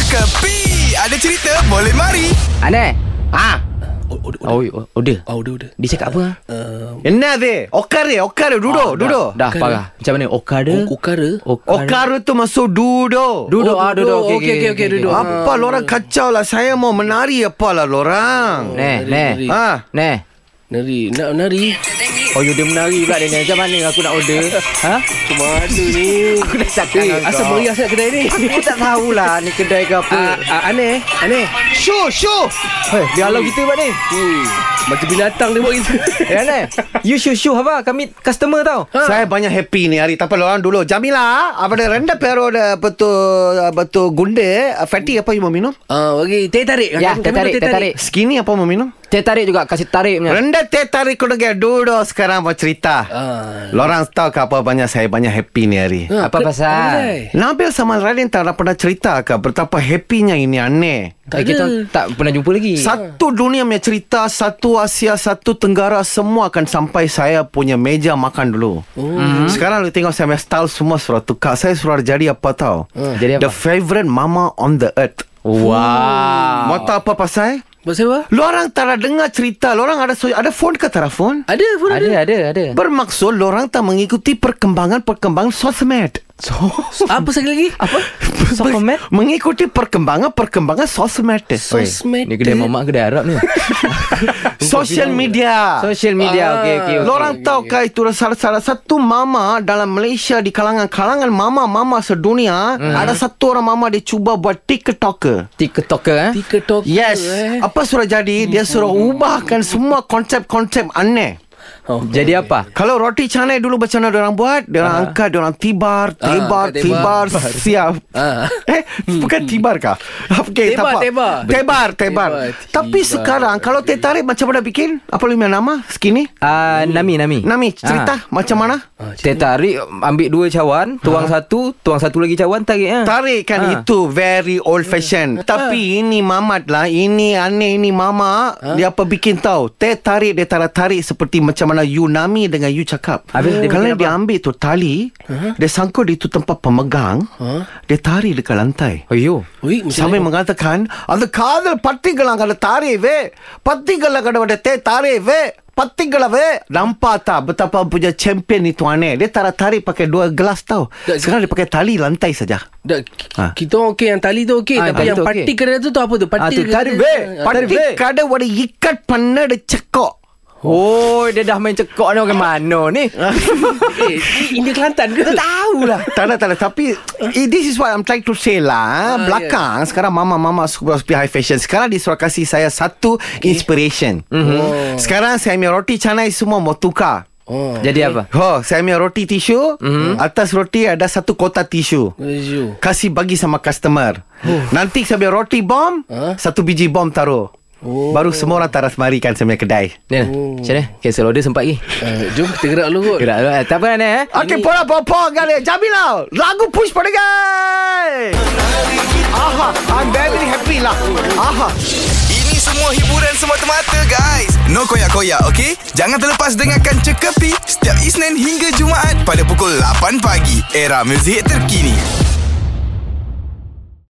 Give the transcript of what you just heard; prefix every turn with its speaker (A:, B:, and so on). A: Kepi Ada cerita boleh mari
B: Aneh. Ha.
C: Oh,
B: Oh, order.
C: oh, udah, udah.
B: Dia cakap apa?
C: Uh,
D: Enade, okare,
B: Ah,
D: okare, duduk, duduk.
B: Dah, dah parah. Macam mana? Okada.
C: Uh, ukara.
D: Okare tu masuk duduk.
B: Duduk.
C: Oh,
B: ah, duduk. Ah.
C: duduk.
B: Okey,
C: Okey,
B: okey,
C: okey,
B: okey.
C: duduk.
B: okey.
D: Apa lorang kacau lah Saya mau menari apa lah lorang
B: Neh,
C: Nari,
B: neh.
C: nari.
D: Ha
B: Oh, Neh.
C: Nari, nak nari.
B: Oh, you dia menari pula dia ni. Macam mana aku nak order? ha?
C: Cuma ada ni.
B: Aku dah cakap.
C: Eh,
B: dengan
C: asal
B: kau.
C: meriah sangat kedai ni.
B: Aku tak tahulah ni kedai ke apa.
C: Ah, ah, aneh, aneh.
D: Show show
B: Hei, dialog kita buat ni.
C: Hmm. Macam binatang dia buat kita.
B: Eh, Aneh. You sure-sure apa? Kami customer tau.
D: ha. Saya banyak happy ni hari Tapi lorang dulu Jamila Apa rendah perod Betul Betul gunde Fatty apa you mau minum
C: Ah, bagi teh tarik.
B: Ya,
C: Kami-
B: teh
C: kami
B: tarik,
C: minum
B: teh tarik.
D: Skinny apa mau minum
B: Teh tarik juga. Kasih tarik punya.
D: Rendah teh tarik Kena duduk sekarang Mau cerita
C: Ah.
D: Lorang tahu ke apa banyak Saya banyak happy ni hari
C: Ah,
B: Apa
C: ke-
B: pasal?
C: kedai?
D: Nabil sama Radin tak dah pernah cerita ke Betapa happynya ini aneh
B: Eh,
C: Tak ada.
B: kita tak pernah jumpa lagi.
D: Satu dunia punya cerita Satu Asia Satu Tenggara Semua akan sampai Saya punya meja makan dulu
C: Oh.
D: mm-hmm. Sekarang lu tengok Saya punya style semua Suruh tukar Saya suruh jadi apa tau
B: Hmm. Jadi apa?
D: The favorite mama on the earth
B: Wow.
D: Mau tahu apa pasal
C: Buat sewa?
D: Lu orang tak ada dengar cerita Lu orang ada so- Ada phone ke tak ada phone
C: Ada pun ada.
B: Ada, ada, ada.
D: Bermaksud lu orang tak mengikuti Perkembangan-perkembangan sosmed
B: So,
C: Apa sekali lagi?
B: apa? Supplement?
D: Mengikuti perkembangan-perkembangan sosmed
C: Sosmed.
B: Ni kedai mamak kedai Arab ni.
D: Social media
B: Social media.
C: Ah.
B: Okey, okey. okey.
D: Lorang tahu kah itu salah, salah satu mama dalam Malaysia di kalangan kalangan mama-mama sedunia hmm. ada satu orang mama dia cuba buat TikToker.
B: TikToker eh.
C: TikTok.
D: Yes.
C: Eh.
D: Apa sudah jadi?
C: Hmm.
D: Dia suruh ubahkan semua konsep-konsep aneh.
C: Oh.
B: Jadi apa?
D: Kalau roti canai dulu macam mana orang buat? Dia orang angkat, dia orang tibar, tibar,
C: Ah. angkat
D: tibar,
C: tibar.
D: siap.
C: Ah.
D: Eh, bukan tibar kah? Okay,
C: Tebar,
D: tak apa.
C: tebar.
D: Tebar, tebar.
C: Tebar,
D: Tapi
C: tibar.
D: sekarang kalau teh tarik macam mana bikin? Apa lu punya nama? Sekini?
B: Ah, Nami, Nami.
D: Nami, cerita
B: Ah.
D: macam mana?
B: Teh tarik ambil dua cawan, tuang
D: Ha.
B: satu, tuang satu lagi cawan tarik ah.
D: Tarik kan
B: Ha.
D: itu very old fashion. Tapi ini mamat lah, ini aneh ini mama
B: Ha.
D: dia apa bikin tahu. Teh tarik dia tarik tarik seperti macam mana you nami dengan you cakap.
B: Habis dia
D: Kalau
B: bikin Ha.
D: dia ambil tu tali, dia sangkut di tu tempat pemegang, dia tarik dekat lantai.
B: Ayo.
C: Ui, macam
D: சமயம்
C: mana?
D: மகாத்தகான் அந்த காதல் பட்டிகள் அங்கே தாரேவே பத்திகள் கடவுட தே தாரேவே பத்திகளவே நாம் பார்த்தா betapa punya champion itu aneh dia tarik tarik pakai dua gelas tau sekarang dia pakai tali lantai saja
C: Dah, ha.
D: Ha.
C: Kita orang okey yang tali tu okey
B: Ah,
C: tapi
B: tali
C: yang
B: tu
C: parti
B: okey.
C: kedai tu tu apa tu? Parti
B: Ah, tu
C: kedai
B: tarik,
C: tu-
B: weh.
C: Ah,
B: Tarik,
D: பட்டி
B: weh.
D: கடவுட இக்கட் பண்ணடு செக்கோ
B: Oh, dia dah main cekok ni orang mana ni?
C: Eh, ni India Kelantan ke?
B: Tak tahulah.
D: tak ada, tak ada. Tapi eh, This is what I'm trying to say lah ah, Belakang yeah. Sekarang mama-mama Suka sepi high fashion Sekarang dia suruh kasih saya Satu okay. inspiration mm-hmm. oh. Sekarang saya punya roti canai Semua mau tukar
C: Oh.
B: Jadi apa?
D: Ho, saya punya roti tisu mm-hmm. Atas roti ada satu kotak tisu
C: Malaysia.
D: Kasih bagi sama customer oh. Nanti saya punya roti bom huh?
C: Huh?
D: Satu biji bom taruh oh. Ya, Baru semua orang taras marikan saya punya kedai
B: Ni. lah. Macam mana? Cancel order sempat lagi.
C: Ah, jom kita gerak dulu kot.
B: Gerak dulu. eh. Tak apa ni eh.
D: Okay, pola popo kali Jamila Lagu push pada guys Aha, I'm very happy lah Aha
A: Ini semua hiburan semata-mata guys No koyak-koyak ok Jangan terlepas dengarkan Cekapi Setiap Isnin hingga Jumaat Pada pukul 8 pagi Era muzik terkini